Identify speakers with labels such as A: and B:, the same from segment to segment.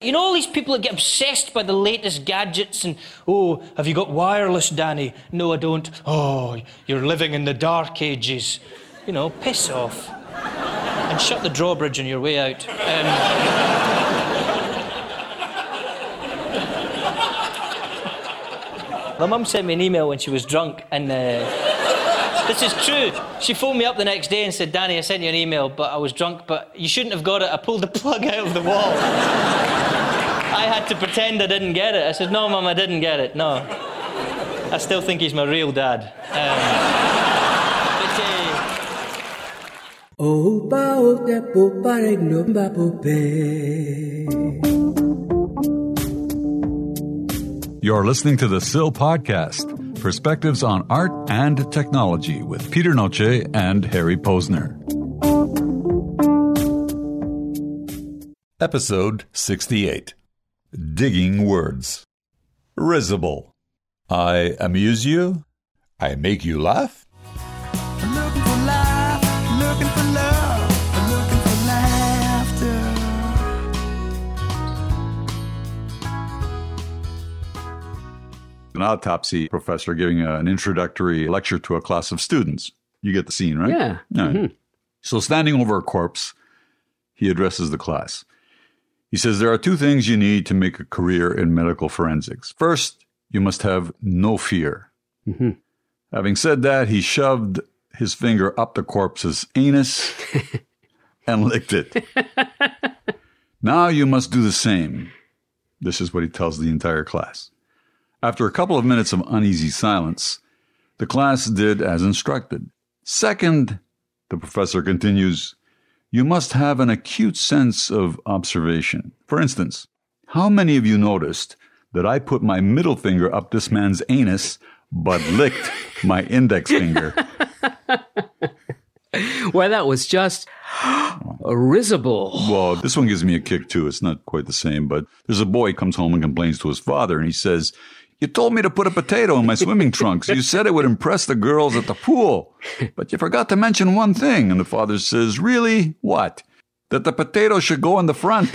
A: You know, all these people that get obsessed by the latest gadgets and, oh, have you got wireless, Danny? No, I don't. Oh, you're living in the dark ages. You know, piss off. and shut the drawbridge on your way out. Um... My mum sent me an email when she was drunk, and uh, this is true. She phoned me up the next day and said, Danny, I sent you an email, but I was drunk, but you shouldn't have got it. I pulled the plug out of the wall. I had to pretend I didn't get it. I said, No, Mum, I didn't get it. No. I still think he's my real dad. Um, but, uh... Oh, pao te po pareg no
B: You're listening to the Sill Podcast Perspectives on Art and Technology with Peter Noce and Harry Posner. Episode 68 Digging Words. Risible. I amuse you. I make you laugh.
C: Looking for life, looking for love, looking for laughter.
B: An autopsy professor giving a, an introductory lecture to a class of students. You get the scene, right?
D: Yeah.
B: Right. Mm-hmm. So, standing over a corpse, he addresses the class. He says there are two things you need to make a career in medical forensics. First, you must have no fear. Mm-hmm. Having said that, he shoved his finger up the corpse's anus and licked it. now you must do the same. This is what he tells the entire class. After a couple of minutes of uneasy silence, the class did as instructed. Second, the professor continues, you must have an acute sense of observation. For instance, how many of you noticed that I put my middle finger up this man's anus but licked my index finger?
D: well, that was just risible.
B: Well, this one gives me a kick too. It's not quite the same, but there's a boy comes home and complains to his father and he says, you told me to put a potato in my swimming trunks. You said it would impress the girls at the pool. But you forgot to mention one thing. And the father says, Really? What? That the potato should go in the front.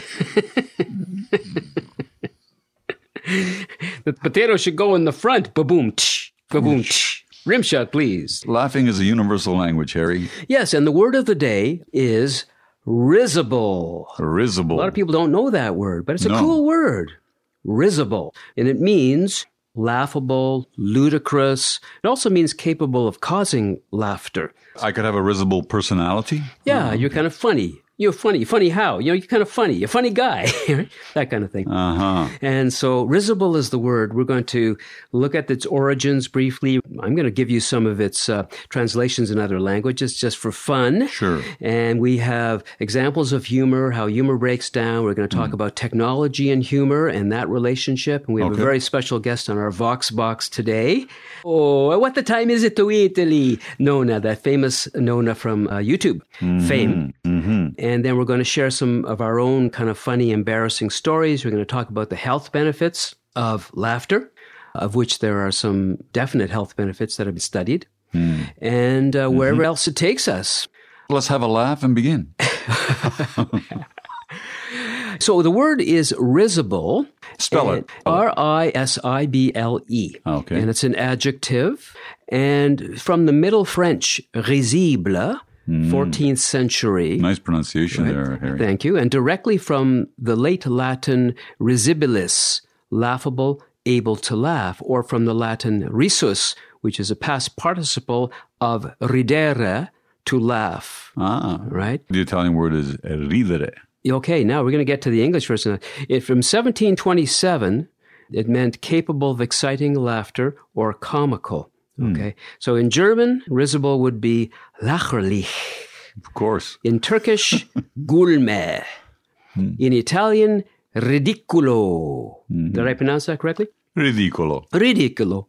D: the potato should go in the front. Ba-boom. Tsh, ba-boom. Tsh. Rim shot, please.
B: Laughing is a universal language, Harry.
D: Yes, and the word of the day is risible.
B: Risible.
D: A lot of people don't know that word, but it's a no. cool word risible, and it means laughable, ludicrous. It also means capable of causing laughter.
B: I could have a risible personality?
D: Yeah, you're kind of funny. You're funny. Funny how? You know, you're kind of funny. You're a funny guy. that kind of thing.
B: Uh-huh.
D: And so risible is the word. We're going to look at its origins briefly. I'm going to give you some of its uh, translations in other languages just for fun.
B: Sure.
D: And we have examples of humor, how humor breaks down. We're going to talk mm. about technology and humor and that relationship. And we have okay. a very special guest on our Vox Box today. Oh, what the time is it to Italy? Nona, that famous Nona from uh, YouTube mm-hmm. fame.
B: Mm-hmm
D: and then we're going to share some of our own kind of funny, embarrassing stories. We're going to talk about the health benefits of laughter, of which there are some definite health benefits that have been studied,
B: mm.
D: and uh, mm-hmm. wherever else it takes us.
B: Let's have a laugh and begin.
D: so the word is risible.
B: Spell it.
D: R I S I B L E.
B: Okay.
D: And it's an adjective. And from the Middle French, risible, 14th century.
B: Hmm. Nice pronunciation right? there, Harry.
D: Thank you. And directly from the late Latin risibilis, laughable, able to laugh, or from the Latin risus, which is a past participle of ridere, to laugh.
B: Ah.
D: Right?
B: The Italian word is ridere.
D: Okay, now we're going to get to the English version. It, from 1727, it meant capable of exciting laughter or comical. Okay. So in German, risible would be lacherlich.
B: Of course.
D: In Turkish, gulme. Hmm. In Italian, ridicolo. Mm-hmm. Did I pronounce that correctly?
B: Ridicolo.
D: Ridicolo.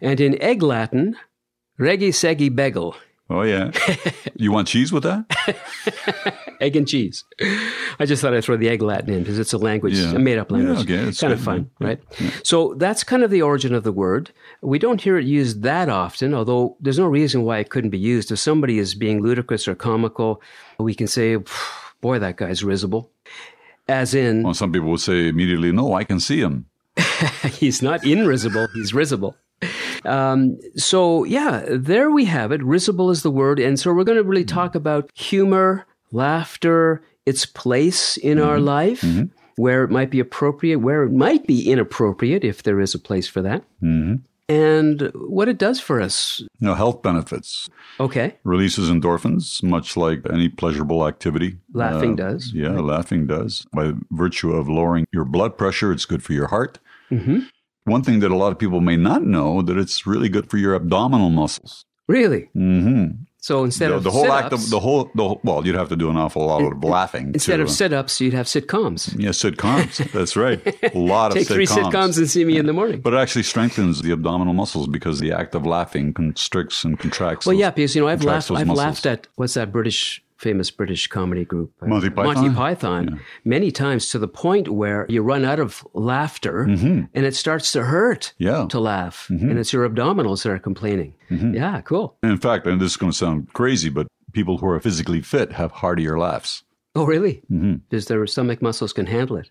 D: And in egg Latin, regi segi begel.
B: Oh, yeah. you want cheese with that?
D: egg and cheese. I just thought I'd throw the egg Latin in because it's a language, yeah. a made up language.
B: Yeah, okay.
D: It's kind good. of fun, yeah. right? Yeah. So that's kind of the origin of the word. We don't hear it used that often, although there's no reason why it couldn't be used. If somebody is being ludicrous or comical, we can say, boy, that guy's risible. As in,
B: Well, some people would say immediately, no, I can see him.
D: he's not invisible, he's risible. Um, so, yeah, there we have it. Risible is the word. And so, we're going to really talk about humor, laughter, its place in
B: Mm-hmm.
D: our life, where it might be appropriate, where it might be inappropriate, if there is a place for that,
B: Mm-hmm.
D: and what it does for us.
B: You know, health benefits,
D: Okay,
B: releases endorphins, much like any pleasurable activity.
D: laughing does.
B: Yeah, laughing does. By virtue of lowering your blood pressure, it's good for your heart.
D: Mm-hmm.
B: One thing that a lot of people may not know that it's really good for your abdominal muscles.
D: Really?
B: hmm
D: So, instead
B: the,
D: of
B: the whole act
D: sit-ups-
B: of the whole the whole, well, you'd have to do an awful lot of laughing
D: Instead
B: to,
D: of sit ups, you'd have sitcoms.
B: yeah sitcoms. That's right, a lot
D: Take
B: of
D: three sitcoms and see me in the morning.
B: But it actually strengthens the abdominal muscles because the act of laughing constricts and contracts.
D: Well,
B: those-
D: yeah, because you know I've
B: contracts
D: laughed.
B: those
D: I've
B: muscles.
D: laughed at what's that British famous British comedy group uh,
B: Monty
D: Monty
B: Python?
D: Python many times to the point where you run out of laughter and it starts to hurt
B: Mm-hmm. Yeah. Mm-hmm.
D: to laugh, and it's your abdominals that are complaining. Yeah, cool.
B: In fact, and this is going to sound crazy, but people who are physically fit have heartier laughs.
D: Oh, really?
B: Mm-hmm.
D: Because their stomach muscles can handle it.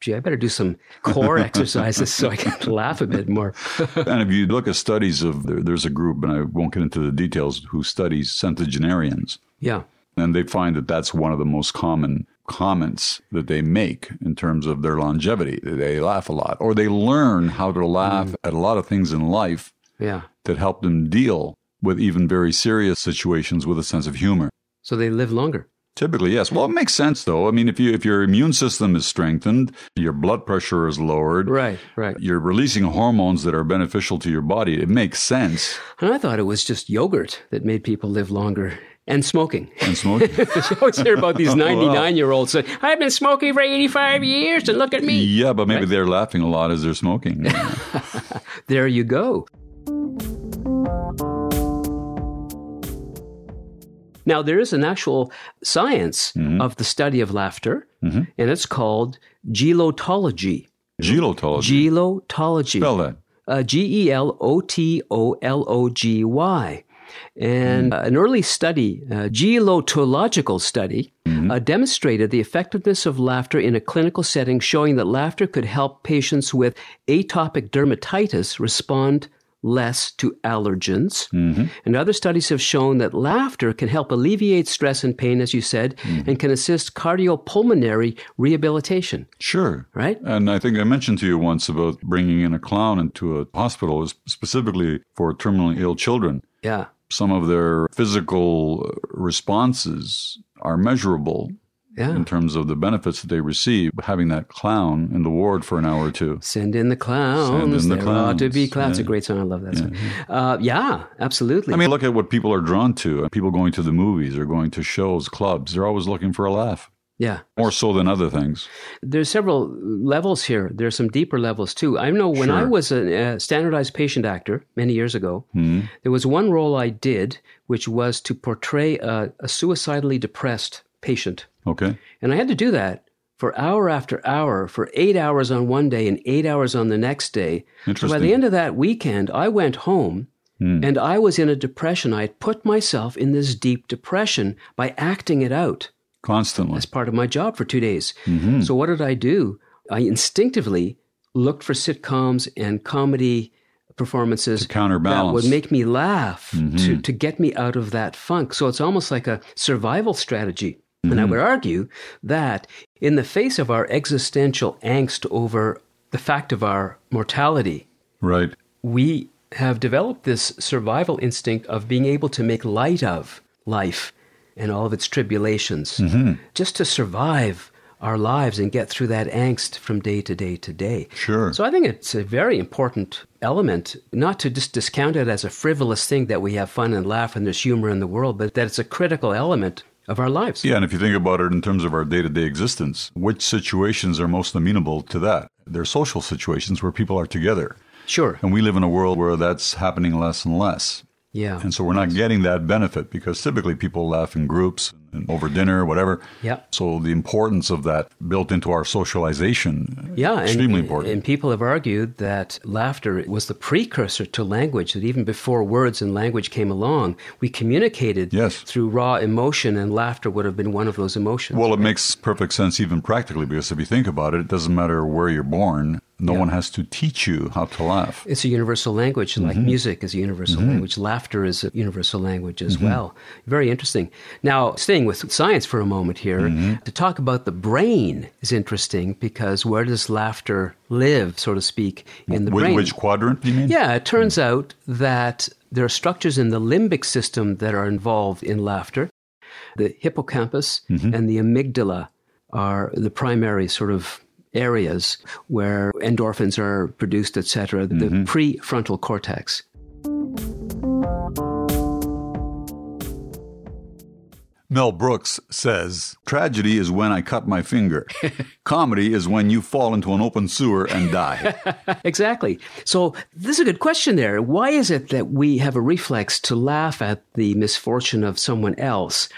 D: Gee, I better do some core exercises so I can laugh a bit more.
B: and if you look at studies of, there, there's a group, and I won't get into the details, who studies centenarians,
D: yeah.
B: and they find that that's one of the most common comments that they make in terms of their longevity. They laugh a lot, or they learn how to laugh at a lot of things in life
D: Yeah.
B: that help them deal with even very serious situations with a sense of humor.
D: So they live longer.
B: Typically, yes. Well, it makes sense though. I mean, if you if your immune system is strengthened, your blood pressure is lowered,
D: Right, right.
B: you're releasing hormones that are beneficial to your body. It makes sense.
D: And I thought it was just yogurt that made people live longer and smoking.
B: And smoking.
D: You always hear about these 99 year olds saying, I've been smoking for 85 years and look at me.
B: yeah, but maybe they're laughing a lot as they're smoking.
D: There you go. Now, there is an actual science of the study of laughter, and it's called gelotology.
B: Gelotology.
D: Gelotology.
B: Spell that.
D: uh, G E L O T O L O G Y. And uh, an early study, a gelotological study, uh, demonstrated the effectiveness of laughter in a clinical setting, showing that laughter could help patients with atopic dermatitis respond less to allergens. And other studies have shown that laughter can help alleviate stress and pain, as you said, and can assist cardiopulmonary rehabilitation,
B: Sure.
D: right?
B: And I think I mentioned to you once about bringing in a clown into a hospital is specifically for terminally ill children.
D: Yeah.
B: Some of their physical responses are measurable
D: Yeah.
B: in terms of the benefits that they receive having that clown in the ward for an hour or two.
D: Send in the clowns.
B: Send in the
D: there ought to be
B: clowns.
D: clowns. It's a great song. I love that song. Uh, yeah, absolutely.
B: I mean, look at what people are drawn to. uh, People going to the movies or going to shows, clubs, they're always looking for a laugh,
D: yeah.
B: more so than other things.
D: There's several levels here. There's some deeper levels too. I know when I
B: Sure.
D: was a, uh standardized patient actor many years ago,
B: Hmm.
D: there was one role I did, which was to portray a, a suicidally depressed patient.
B: Okay.
D: And I had to do that for hour after hour, for eight hours on one day and eight hours on the next day. So by
B: Interesting. Hmm.
D: the end of that weekend, I went home and I was in a depression. I had put myself in this deep depression by acting it out
B: Constantly.
D: as part of my job for two days.
B: Mm-hmm.
D: So what did I do? I instinctively looked for sitcoms and comedy performances
B: To counterbalance. Mm-hmm.
D: that would make me laugh to, to get me out of that funk. So it's almost like a survival strategy. And
B: Mm-hmm.
D: I would argue that in the face of our existential angst over the fact of our mortality,
B: Right.
D: we have developed this survival instinct of being able to make light of life and all of its tribulations
B: Mm-hmm.
D: just to survive our lives and get through that angst from day to day to day.
B: Sure.
D: So I think it's a very important element not to just discount it as a frivolous thing that we have fun and laugh and there's humor in the world, but that it's a critical element of our lives.
B: Yeah. And if you think about it in terms of our day to day existence, which situations are most amenable to that? They're social situations where people are together.
D: Sure.
B: And we live in a world where that's happening less and less.
D: Yeah.
B: And so we're not getting that benefit because typically people laugh in groups and over dinner, whatever.
D: Yep.
B: So the importance of that built into our socialization.
D: Yeah, and-
B: Extremely important.
D: And people have argued that laughter was the precursor to language, that even before words and language came along, we communicated
B: Yes.
D: through raw emotion, and laughter would have been one of those emotions.
B: well, it makes perfect sense even practically because if you think about it, it doesn't matter where you're born. No one has to teach you how to laugh.
D: it's a universal language, like
B: Mm-hmm.
D: music is a universal language. Laughter is a universal language as
B: Mm-hmm.
D: well. Very interesting. Now, staying with science for a moment here,
B: Mm-hmm.
D: to talk about the brain is interesting because where does laughter live, so to speak, in the
B: Wh-
D: brain?
B: Which quadrant do you mean?
D: Yeah, it turns out that there are structures in the limbic system that are involved in laughter. The hippocampus and the amygdala are the primary sort of areas where endorphins are produced, etc. The prefrontal cortex.
B: Mel Brooks says, Tragedy is when I cut my finger. Comedy is when you fall into an open sewer and die.
D: Exactly. So, this is a good question there. Why is it that we have a reflex to laugh at the misfortune of someone else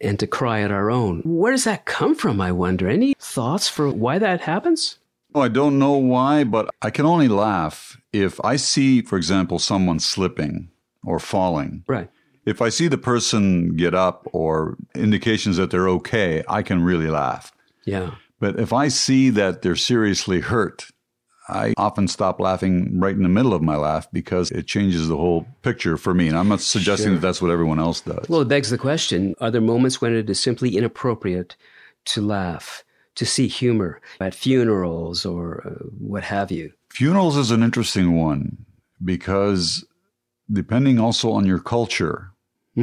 D: and to cry at our own? Where does that come from, I wonder? Any thoughts for why that happens?
B: Oh, I don't know why, but I can only laugh if I see, for example, someone slipping or falling.
D: Right.
B: If I see the person get up or indications that they're okay, I can really laugh.
D: Yeah.
B: But if I see that they're seriously hurt, I often stop laughing right in the middle of my laugh because it changes the whole picture for me. And I'm not suggesting that that's what everyone else does.
D: Well, it begs the question are there moments when it is simply inappropriate to laugh, to see humor at funerals or uh, what have you?
B: Funerals is an interesting one because depending also on your culture, uh, you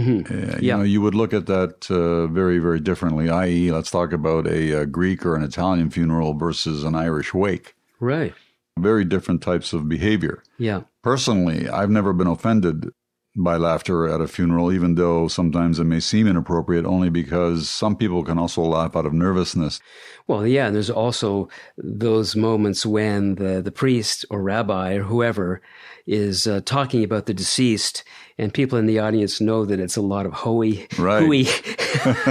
D: Mm-hmm. Yeah.
B: know, you would look at that uh, very, very differently. I.e., let's talk about a, uh Greek or an Italian funeral versus an Irish wake.
D: Right.
B: Very different types of behavior.
D: Yeah.
B: Personally, I've never been offended by laughter at a funeral, even though sometimes it may seem inappropriate, only because some people can also laugh out of nervousness.
D: Well, yeah, and there's also those moments when the, the priest or rabbi or whoever is uh, talking about the deceased, and people in the audience know that it's a lot of hoey,
B: Right.
D: hooey,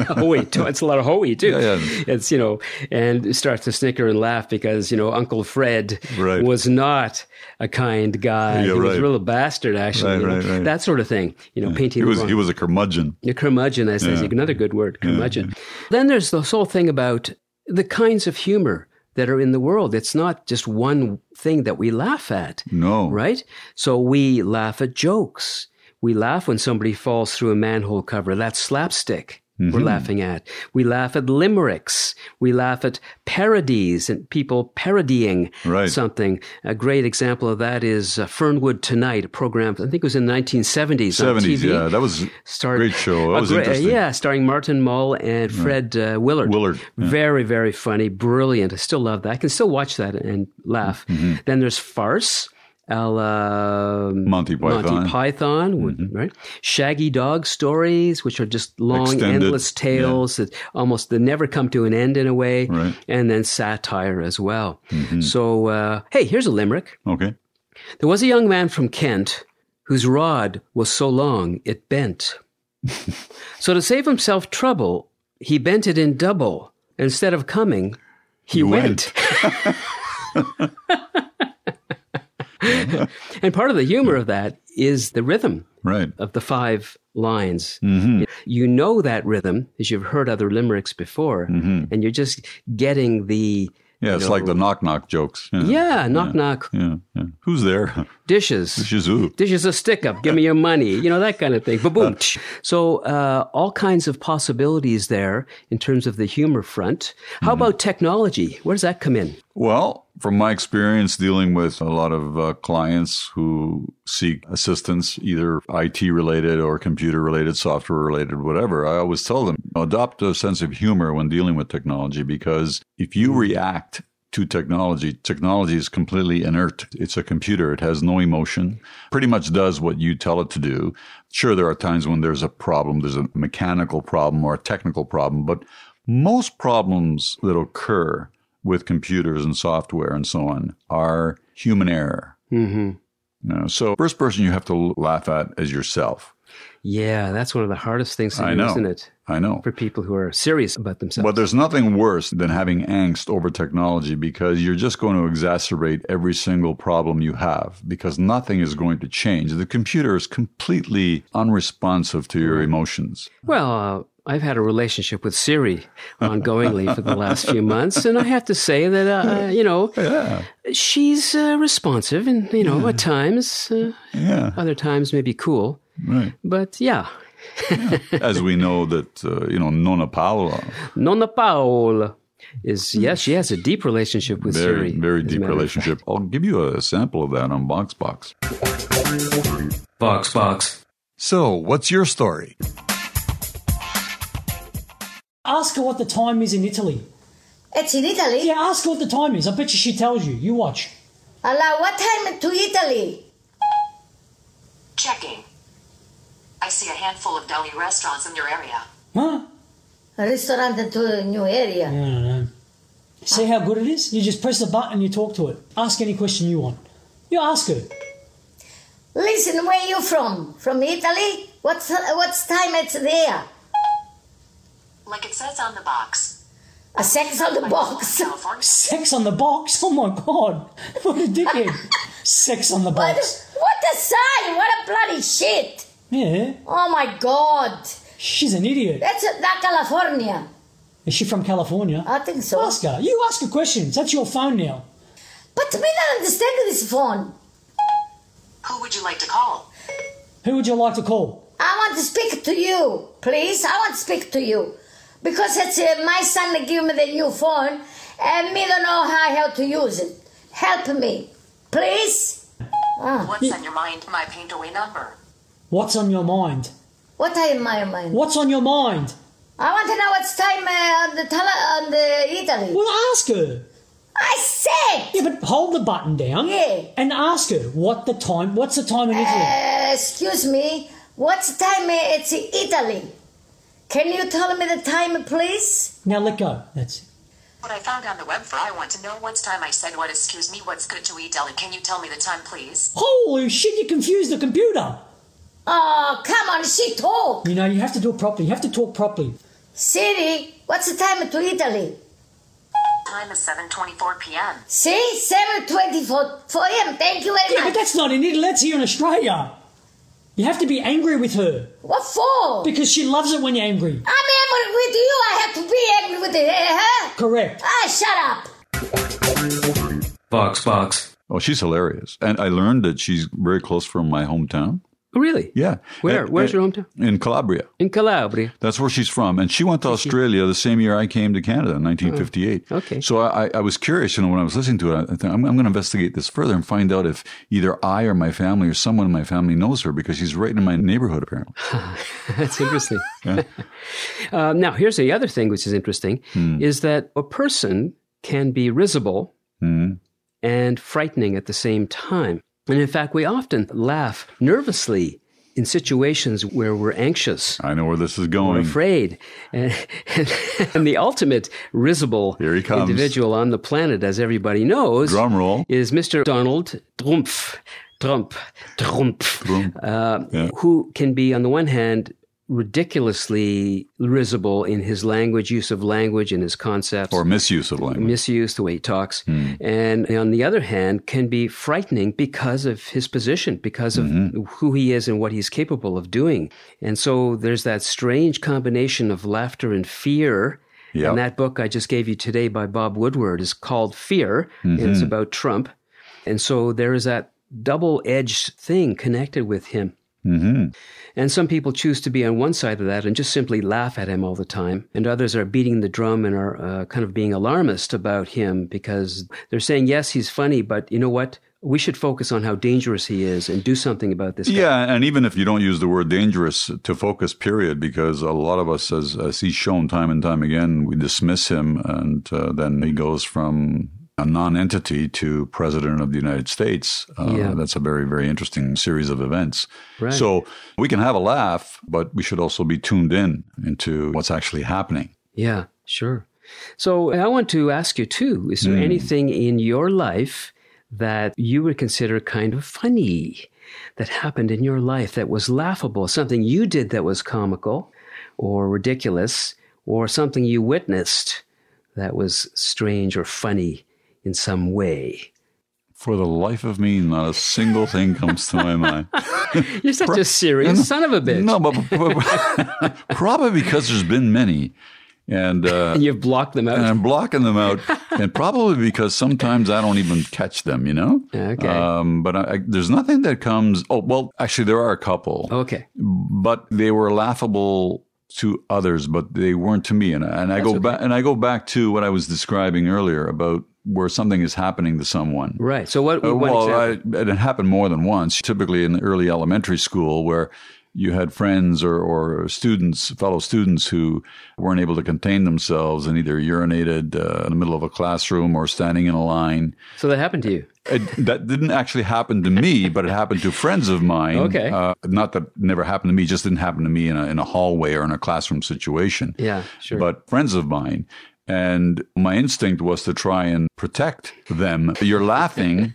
D: hoey. too. It's a lot of hoey too.
B: Yeah, yeah.
D: It's you know, and it starts to snicker and laugh because you know Uncle Fred
B: Right.
D: was not a kind guy.
B: Yeah,
D: he was
B: right.
D: a real bastard, actually.
B: Right,
D: you know,
B: right, right.
D: That sort of thing. You know, painting.
B: He
D: the
B: was
D: wrong-
B: he was a curmudgeon.
D: yeah, curmudgeon, I say, is another good word, curmudgeon. Then there's this whole thing about the kinds of humor that are in the world. It's not just one thing that we laugh at,
B: No,
D: right? So we laugh at jokes. We laugh when somebody falls through a manhole cover. That's slapstick
B: Mm-hmm.
D: we're laughing at. We laugh at limericks. We laugh at parodies and people parodying
B: Right.
D: something. A great example of that is uh, Fernwood Tonight, a program, I think it was in the 1970s.
B: seventies.
D: on TV
B: Yeah, that was
D: starred
B: Great show. That
D: a
B: was
D: great- uh,
B: interesting.
D: yeah, starring Martin Mull and Fred uh, Willard.
B: Willard, yeah.
D: very very funny, brilliant. I still love that. I can still watch that and laugh.
B: Mm-hmm.
D: Then there's farce. A la
B: Monty Python. Mm-hmm.
D: Monty Python, would- right? Shaggy dog stories, which are just long,
B: Extended,
D: endless tales that almost they never come to an end in a way.
B: Right. Mm-hmm.
D: And then satire as well. So, uh, hey, here's a limerick.
B: okay.
D: There was a young man from Kent whose rod was so long it bent. so to save himself trouble, he bent it in double. Instead of coming, he went. and part of the humor of that is the rhythm
B: Right.
D: of the five lines. You know that rhythm as you've heard other limericks before, and you're just getting the
B: Yeah, it's like the knock knock jokes. Yeah.
D: yeah, knock knock
B: Yeah. yeah. Who's there?
D: dishes.
B: Shizu.
D: This is a stick up. Give me your money. You know, that kind of thing. Ba boom. so, uh, all kinds of possibilities there in terms of the humor front. How
B: Mm-hmm.
D: about technology? Where does that come in?
B: Well, from my experience dealing with a lot of uh, clients who seek assistance, either IT related or computer related, software related, whatever, I always tell them adopt a sense of humor when dealing with technology because if you react to technology, technology is completely inert. It's a computer, it has no emotion, pretty much does what you tell it to do. Sure, there are times when there's a problem, there's a mechanical problem or a technical problem, but most problems that occur with computers and software and so on are human error. Mm-hmm. so, first person you have to laugh at is yourself.
D: Yeah, that's one of the hardest things to
B: I
D: do,
B: know.
D: isn't it?
B: I know.
D: For people who are serious about themselves.
B: But there's nothing worse than having angst over technology because you're just going to exacerbate every single problem you have because nothing is going to change. The computer is completely unresponsive to your emotions.
D: Well, uh, I've had a relationship with Siri ongoingly for the last few months, and I have to say that uh, uh, you know she's uh, responsive, and you know at times, uh,
B: Yeah,
D: other times maybe cool,
B: right.
D: but yeah,
B: As we know that, uh, you know, Nona Paola,
D: Nonna Paola is yes, she has a deep relationship with Siri,
B: very, very
D: as a
B: deep
D: matter of
B: relationship. I'll give you a sample of that on VoxBox.
D: Box box.
B: So, what's your story?
E: Ask her what the time is in Italy.
F: It's in Italy.
E: Yeah, ask her what the time is. I bet you she tells you. You watch.
F: Allah, what time to Italy?
G: Checking. I see a handful of deli restaurants in your area.
E: Huh?
F: Restaurant to new area.
E: I don't know. See how good it is? You just press the button, you talk to it. Ask any question you want. You ask her.
F: Listen, where you from? From Italy? What's what's time it's there?
G: Like it says on the box.
F: A sex on the box.
G: California.
E: Sex on the box? Oh my god. What a dickhead. Sex on the
F: What,
E: box.
F: what a sign! What a bloody shit!
E: Yeah.
F: Oh my god!
E: She's an idiot.
F: That's that California.
E: Is she from California?
F: I think so.
E: Ask her. You ask her questions. That's your phone now.
F: But we don't understand this phone.
G: Who would you like to call?
E: Who would you like to call?
F: I want to speak to you, please. I want to speak to you. Because it's uh, my son that gave me the new phone and me don't know how, how to use it. Help me, please.
G: What's on your mind? My paint away number.
E: What's on your mind?
F: What are in my mind?
E: What's on your mind?
F: I want to know what's time uh, on the tele- on the Italy.
E: Well, ask her.
F: I said,
E: Yeah, but hold the button down.
F: Yeah.
E: And ask her what the time. What's the time in Italy?
F: uh, excuse me, what's time uh, it's in Italy? Can you tell me the time, please?
E: Now let go. That's it.
G: What I found on the web for I want to know what's time. I said what? Excuse me. What's good to eat deli? Can you tell me the time, please?
E: Holy shit! You confused the computer.
F: Oh, come on, she talk.
E: You know you have to do it properly. You have to talk properly.
F: Siri, what's the time to Italy?
G: Time is 7:24 p.m.
F: See, seven twenty-four for him. Thank you very
E: Yeah,
F: much.
E: but that's not in Italy. That's here in Australia. You have to be angry with her
F: What for?
E: because she loves it when you're angry.
F: I'm angry with you. I have to be angry with her.
E: Correct.
F: Ah, shut up.
D: Box box.
B: Oh, she's hilarious. And I learned that she's very close from my hometown.
D: Oh, really?
B: Yeah. Uh,
D: Where?
B: And-
D: Where's your
B: and-
D: hometown?
B: In Calabria.
D: In Calabria.
B: That's where she's from. And she went to Australia the same year I came to Canada in 1958.
D: Oh, okay.
B: So I, I- I was curious, you know, when I was listening to it, I thought, I'm, I'm going to investigate this further and find out if either I or my family or someone in my family knows her because she's right in my neighborhood, apparently.
D: That's interesting. um, now, here's the other thing which is interesting
B: Hmm.
D: is that a person can be risible
B: Hmm.
D: and frightening at the same time. And in fact, we often laugh nervously in situations where we're anxious.
B: I know where this is
D: or
B: going.
D: Afraid, and, and, the ultimate risible
B: Here he comes.
D: individual on the planet, as everybody knows,
B: Drum roll.
D: is Mr. Donald Trump, Trump, Trump, uh,
B: Yeah.
D: who can be, on the one hand, ridiculously risible in his language, use of language, and his concepts,
B: Or misuse of language.
D: misuse the way he talks, and on the other hand, can be frightening because of his position, because of who he is and what he's capable of doing. And so there's that strange combination of laughter and fear.
B: Yeah.
D: And that book I just gave you today by Bob Woodward is called Fear, and it's about Trump. And so there is that double edged thing connected with him. And some people choose to be on one side of that and just simply laugh at him all the time. And others are beating the drum and are uh, kind of being alarmist about him because they're saying, yes, he's funny, but you know what? We should focus on how dangerous he is and do something about this. guy."
B: Yeah, and even if you don't use the word dangerous to focus, period, because a lot of us, as, as he's shown time and time again, we dismiss him, and uh, then he goes from a non-entity to president of the United States. Uh,
D: Yeah.
B: That's a very, very interesting series of events.
D: Right.
B: So we can have a laugh, but we should also be tuned in into what's actually happening.
D: Yeah, sure. So I want to ask you too
B: Hmm.
D: is there anything in your life that you would consider kind of funny? that happened in your life that was laughable, something you did that was comical or ridiculous, or something you witnessed that was strange or funny in some way.
B: For the life of me, not a single thing comes to my mind.
D: You're such a serious son of a bitch.
B: No, but, but- but- probably because there's been many, and uh,
D: You've blocked them out.
B: and I'm blocking them out, and probably because sometimes I don't even catch them. You know.
D: Okay.
B: Um, but I, I, there's nothing that comes. Oh well, actually, there are a couple,
D: okay.
B: but they were laughable to others, but they weren't to me. And, I- and I go back and I go back to what I was describing earlier about where something is happening to someone.
D: Right. So what?
B: Uh,
D: what
B: well,
D: example-
B: I, and it happened more than once, typically in early elementary school, where you had friends or, or students, fellow students who weren't able to contain themselves and either urinated uh, in the middle of a classroom or standing in a line.
D: so that happened to you.
B: It, that didn't actually happen to me, but it happened to friends of mine.
D: Okay.
B: Uh, not that it never happened to me, it just didn't happen to me in a, in a hallway or in a classroom situation.
D: Yeah. Sure.
B: But friends of mine. And my instinct was to try and protect them. You're laughing,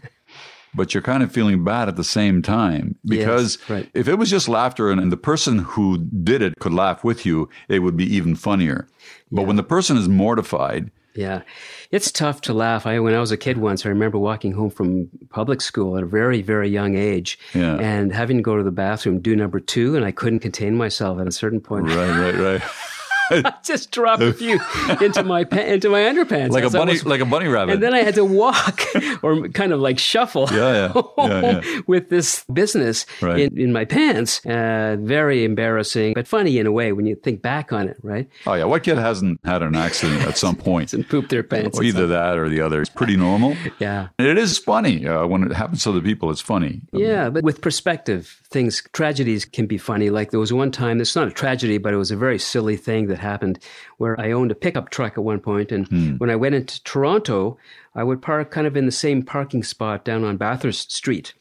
B: but you're kind of feeling bad at the same time. Because
D: right.
B: if it was just laughter and, and the person who did it could laugh with you, it would be even funnier. But when the person is mortified,
D: Yeah, it's tough to laugh. I when I was a kid once, I remember walking home from public school at a very very young age,
B: Yeah.
D: and having to go to the bathroom, do number two, and I couldn't contain myself. At a certain point,
B: right, right, right.
D: I just dropped a few into my pa- into my underpants,
B: Like a
D: That's
B: bunny,
D: almost-
B: like a bunny rabbit.
D: and then I had to walk or kind of like shuffle
B: Yeah, yeah. Yeah,
D: with this business
B: Right.
D: in, in my pants. Uh, very embarrassing, but funny in a way when you think back on it, right?
B: Oh yeah, what kid hasn't had an accident at some point?
D: And poop their pants.
B: Well, either that or the other. It's pretty normal.
D: Yeah.
B: And It is funny uh, when it happens to other people. It's funny.
D: Yeah, but Um, with perspective, things, tragedies can be funny. Like there was one time, it's not a tragedy, but it was a very silly thing that happened where I owned a pickup truck at one point, And when I went into Toronto, I would park kind of in the same parking spot down on Bathurst Street.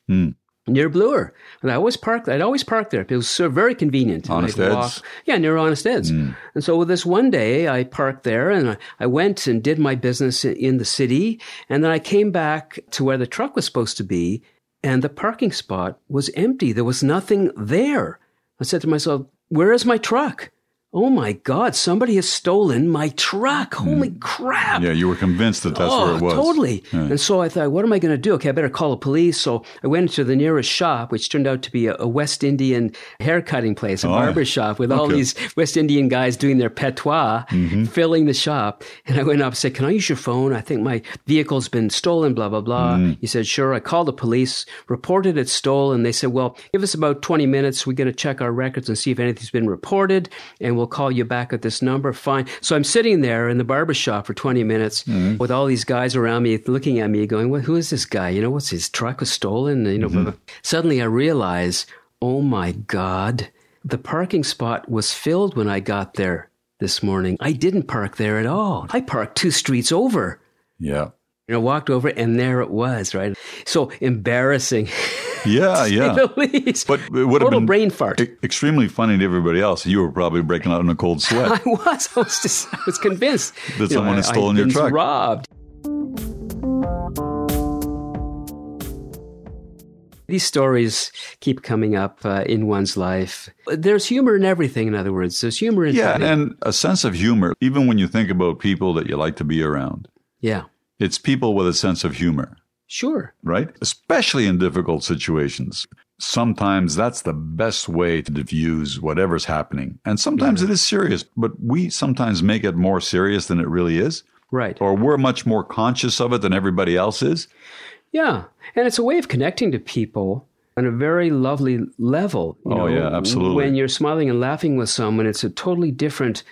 D: Near Bloor, and I always parked. I'd always park there. It was so very convenient. And
B: Honest
D: I'd
B: Ed's?
D: walk- yeah, near Honest Ed's. And so this one day I parked there and I, I went and did my business in, in the city. And then I came back to where the truck was supposed to be and the parking spot was empty. There was nothing there. I said to myself, where is my truck? Oh my God, somebody has stolen my truck. Holy crap.
B: Yeah, you were convinced that that's
D: oh,
B: where it was.
D: Totally. And so I thought, what am I going to do? Okay, I better call the police. So I went to the nearest shop, which turned out to be a, a West Indian haircutting place, a
B: yeah.
D: barber shop with all
B: Oh, Okay. Mm-hmm.
D: these West Indian guys doing their patois, filling the shop. And I went up and said, Can I use your phone? I think my vehicle's been stolen, blah, blah, blah.
B: Mm.
D: He said, Sure. I called the police, reported it stolen. They said, Well, give us about 20 minutes. We're going to check our records and see if anything's been reported, and we'll call you back at this number. Fine. So I'm sitting there in the barber shop for 20 minutes with all these guys around me looking at me, going, well, Who is this guy? You know, what's his truck was stolen? You know, blah, blah. suddenly I realize, Oh my God. The parking spot was filled when I got there this morning. I didn't park there at all. I parked two streets over.
B: Yeah.
D: And I walked over and there it was, right? So embarrassing,
B: Yeah, yeah.
D: at least.
B: But it would have
D: Total
B: been
D: brain fart.
B: e- extremely funny to everybody else. You were probably breaking out in a cold
D: I
B: sweat.
D: was. I was just. I was convinced
B: That someone had
D: I- I'd
B: stolen your
D: been
B: truck.
D: Robbed. These stories keep coming up uh, in one's life. There's humor in everything. In other words, there's humor in
B: yeah,
D: everything.
B: and a sense of humor, even when you think about people that you like to be around.
D: yeah,
B: It's people with a sense of humor,
D: sure.
B: right? Especially in difficult situations. Sometimes that's the best way to diffuse whatever's happening. And sometimes it is serious, but we sometimes make it more serious than it really is.
D: Right.
B: or we're much more conscious of it than everybody else is.
D: Yeah, and it's a way of connecting to people on a very lovely level. you
B: Oh,
D: know.
B: yeah, absolutely.
D: When you're smiling and laughing with someone, it's a totally different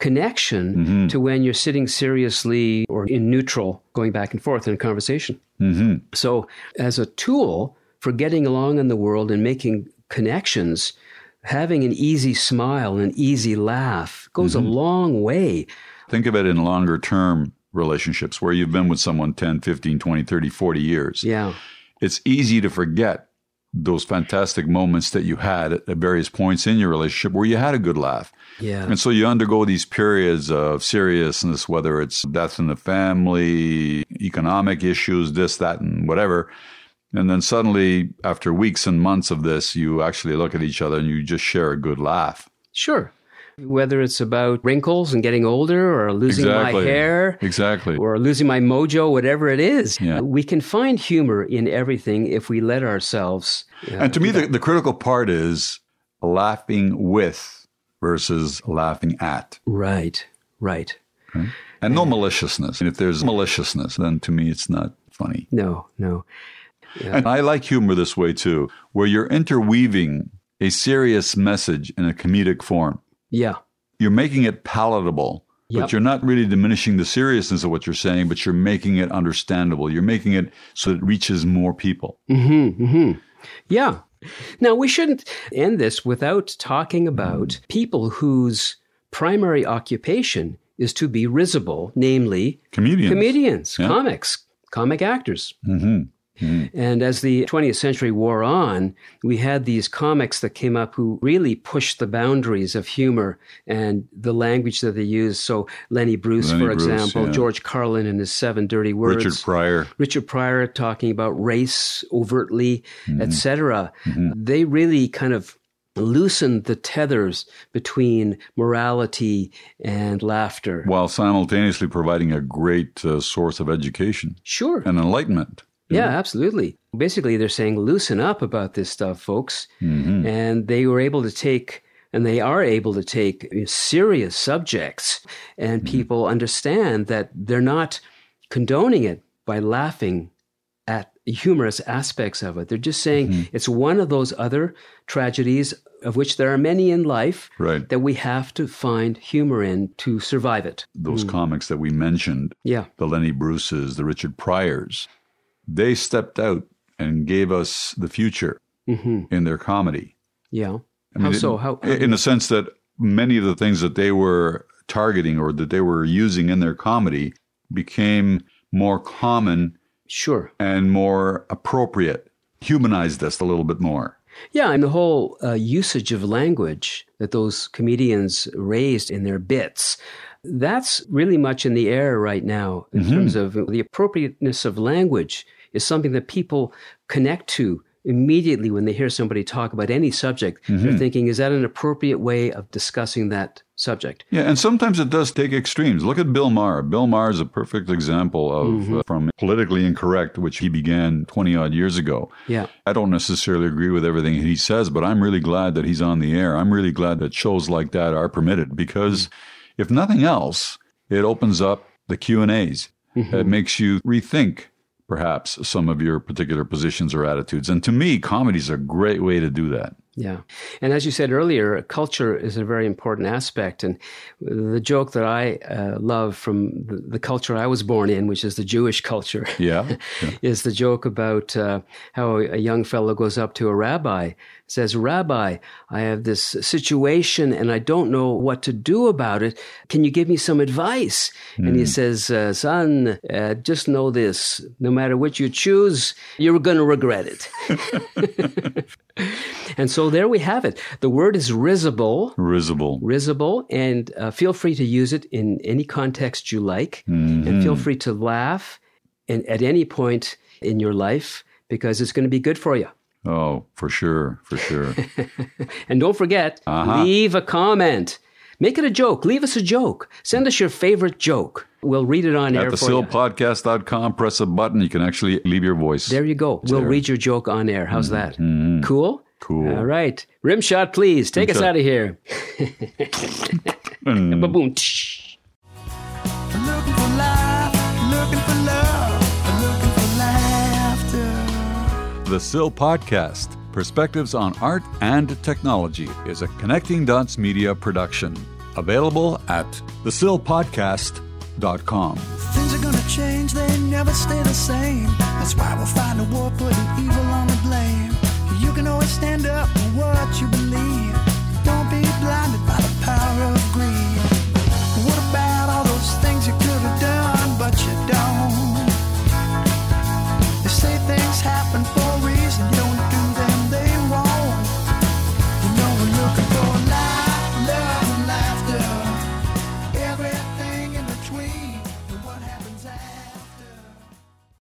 D: connection
B: Mm-hmm.
D: to when you're sitting seriously or in neutral, going back and forth in a conversation. Mm-hmm. So, as a tool for getting along in the world and making connections, having an easy smile, an easy laugh goes
B: Mm-hmm.
D: a long way.
B: Think of it in longer term relationships where you've been with someone 10, 15, 20, 30, 40 years.
D: Yeah.
B: It's easy to forget those fantastic moments that you had at at various points in your relationship where you had a good laugh.
D: Yeah.
B: And so you undergo these periods of seriousness, whether it's death in the family, economic issues, this, that, and whatever. And then suddenly, after weeks and months of this, you actually look at each other and you just share a good laugh.
D: Sure. Whether it's about wrinkles and getting older or losing
B: Exactly.
D: my hair
B: Exactly.
D: or losing my mojo, whatever it is,
B: Yeah.
D: we can find humor in everything if we let ourselves.
B: and to me, the, the critical part is laughing with versus laughing at,
D: Right, right.
B: and no maliciousness. And if there's maliciousness, then to me, it's not funny.
D: No, no.
B: And I like humor this way too, where you're interweaving a serious message in a comedic form.
D: Yeah,
B: You're making it palatable, but
D: Yep.
B: you're not really diminishing the seriousness of what you're saying, but you're making it understandable. You're making it so it reaches more people.
D: yeah. Now, we shouldn't end this without talking about people whose primary occupation is to be risible, namely
B: Comedians.
D: comedians,
B: Yeah. Mm-hmm.
D: comics, comic actors. And as the 20th century wore on, we had these comics that came up who really pushed the boundaries of humor and the language that they used. So Lenny Bruce,
B: Lenny
D: for
B: Bruce,
D: example,
B: yeah.
D: George Carlin and his Seven Dirty Words.
B: Richard Pryor.
D: Richard Pryor talking about race overtly,
B: Mm-hmm.
D: etc. They really kind of loosened the tethers between morality and laughter.
B: while simultaneously providing a great uh, source of education
D: Sure.
B: and enlightenment.
D: Yeah, absolutely. Basically, they're saying loosen up about this stuff, folks.
B: Mm-hmm.
D: And they were able to take, and they are able to take serious subjects, and
B: Mm-hmm.
D: people understand that they're not condoning it by laughing at humorous aspects of it. They're just saying
B: Mm-hmm.
D: it's one of those other tragedies, of which there are many in life,
B: Right.
D: that we have to find humor in to survive it.
B: Those comics that we mentioned,
D: Yeah.
B: the Lenny Bruces, the Richard Pryors, they stepped out and gave us the future in their comedy.
D: Yeah.
B: I mean,
D: Mm-hmm. how so? How?
B: in in the sense that many of the things that they were targeting or that they were using in their comedy became more common
D: sure.
B: and more appropriate, humanized us a little bit more.
D: Yeah, and the whole uh, usage of language that those comedians raised in their bits, that's really much in the air right now in terms of the appropriateness of language is something that people connect to immediately when they hear somebody talk about any subject. They're thinking, is that an appropriate way of discussing that subject?
B: Yeah, and sometimes it does take extremes. Look at Bill Maher. Bill Maher is a perfect example of
D: Mm-hmm.
B: uh, from politically incorrect, which he began 20 odd years ago.
D: Yeah.
B: I don't necessarily agree with everything he says, but I'm really glad that he's on the air. I'm really glad that shows like that are permitted because if nothing else, it opens up the Q&As.
D: Mm-hmm.
B: It makes you rethink perhaps some of your particular positions or attitudes. And to me, comedy is a great way to do that.
D: Yeah. And as you said earlier, culture is a very important aspect. And the joke that I uh, love from the, the culture I was born in, which is the Jewish culture,
B: Yeah.
D: is the joke about uh, how a young fellow goes up to a rabbi, says, Rabbi, I have this situation and I don't know what to do about it. Can you give me some advice? And he says, uh, Son, uh, just know this no matter what you choose, you're going to regret it. and so there we have it. The word is risible.
B: Risible.
D: Risible, and uh, feel free to use it in any context you like, and
B: Mm-hmm.
D: feel free to laugh in, at any point in your life because it's going to be good for you.
B: Oh, for sure, for sure.
D: And don't forget,
B: Uh-huh.
D: leave a comment. Make it a joke. Leave us a joke. Send us your favorite joke. We'll read it on
B: At
D: air for you.
B: thesillpodcast.com, press a button. You can actually leave your voice.
D: There you go. We'll read your joke on air. How's that? Cool?
B: Mm-hmm. Cool.
D: All right. Rimshot, please. Take us
B: Rimshot. Mm.
D: out of here. Ba-boom.
C: Looking for life, looking for love, looking for laughter.
B: The Sill Podcast Perspectives on Art and Technology is a Connecting Dots Media production. Available at thesillpodcast.com.
C: Things are gonna change, they never stay the same. That's why we'll find a war, putting evil on the blame. You can always stand up for what you believe.